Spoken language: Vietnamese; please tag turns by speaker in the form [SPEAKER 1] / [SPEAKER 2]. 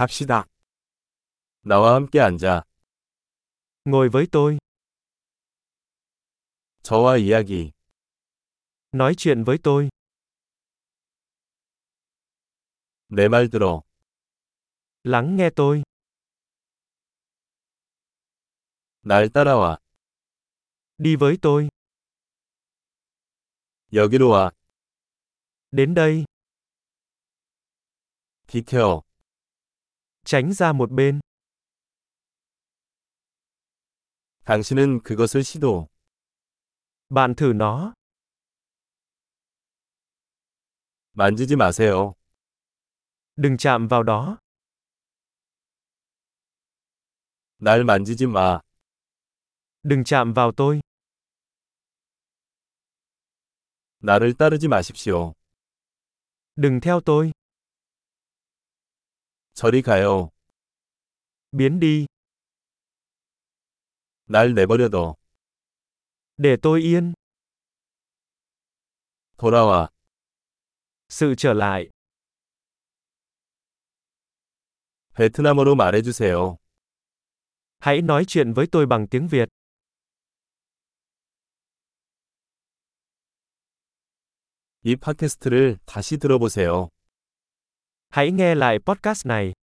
[SPEAKER 1] 갑시다. 나와 함께 앉아.
[SPEAKER 2] Ngồi với tôi,
[SPEAKER 1] 저와 이야기.
[SPEAKER 2] nói chuyện với tôi,
[SPEAKER 1] 내 말 들어.
[SPEAKER 2] lắng nghe tôi,
[SPEAKER 1] 날 따라와.
[SPEAKER 2] đi với tôi,
[SPEAKER 1] 여기로 와.
[SPEAKER 2] đến đây,
[SPEAKER 1] 디테어.
[SPEAKER 2] tránh ra một bên,
[SPEAKER 1] 당신은 그것을 시도.
[SPEAKER 2] bạn thử nó,
[SPEAKER 1] 만지지 마세요.
[SPEAKER 2] đừng chạm vào đó,
[SPEAKER 1] 날 만지지 마.
[SPEAKER 2] đừng chạm vào tôi,
[SPEAKER 1] 나를 따르지 마십시오.
[SPEAKER 2] đừng theo tôi,
[SPEAKER 1] 저리 가요.
[SPEAKER 2] biến đi,
[SPEAKER 1] 날 내버려둬.
[SPEAKER 2] để tôi yên,
[SPEAKER 1] 돌아와.
[SPEAKER 2] sự trở lại,
[SPEAKER 1] 베트남어로 말해주세요.
[SPEAKER 2] hãy nói chuyện với tôi bằng tiếng Việt,
[SPEAKER 1] 이 팟캐스트를 다시 들어보세요.
[SPEAKER 2] hãy nghe lại podcast này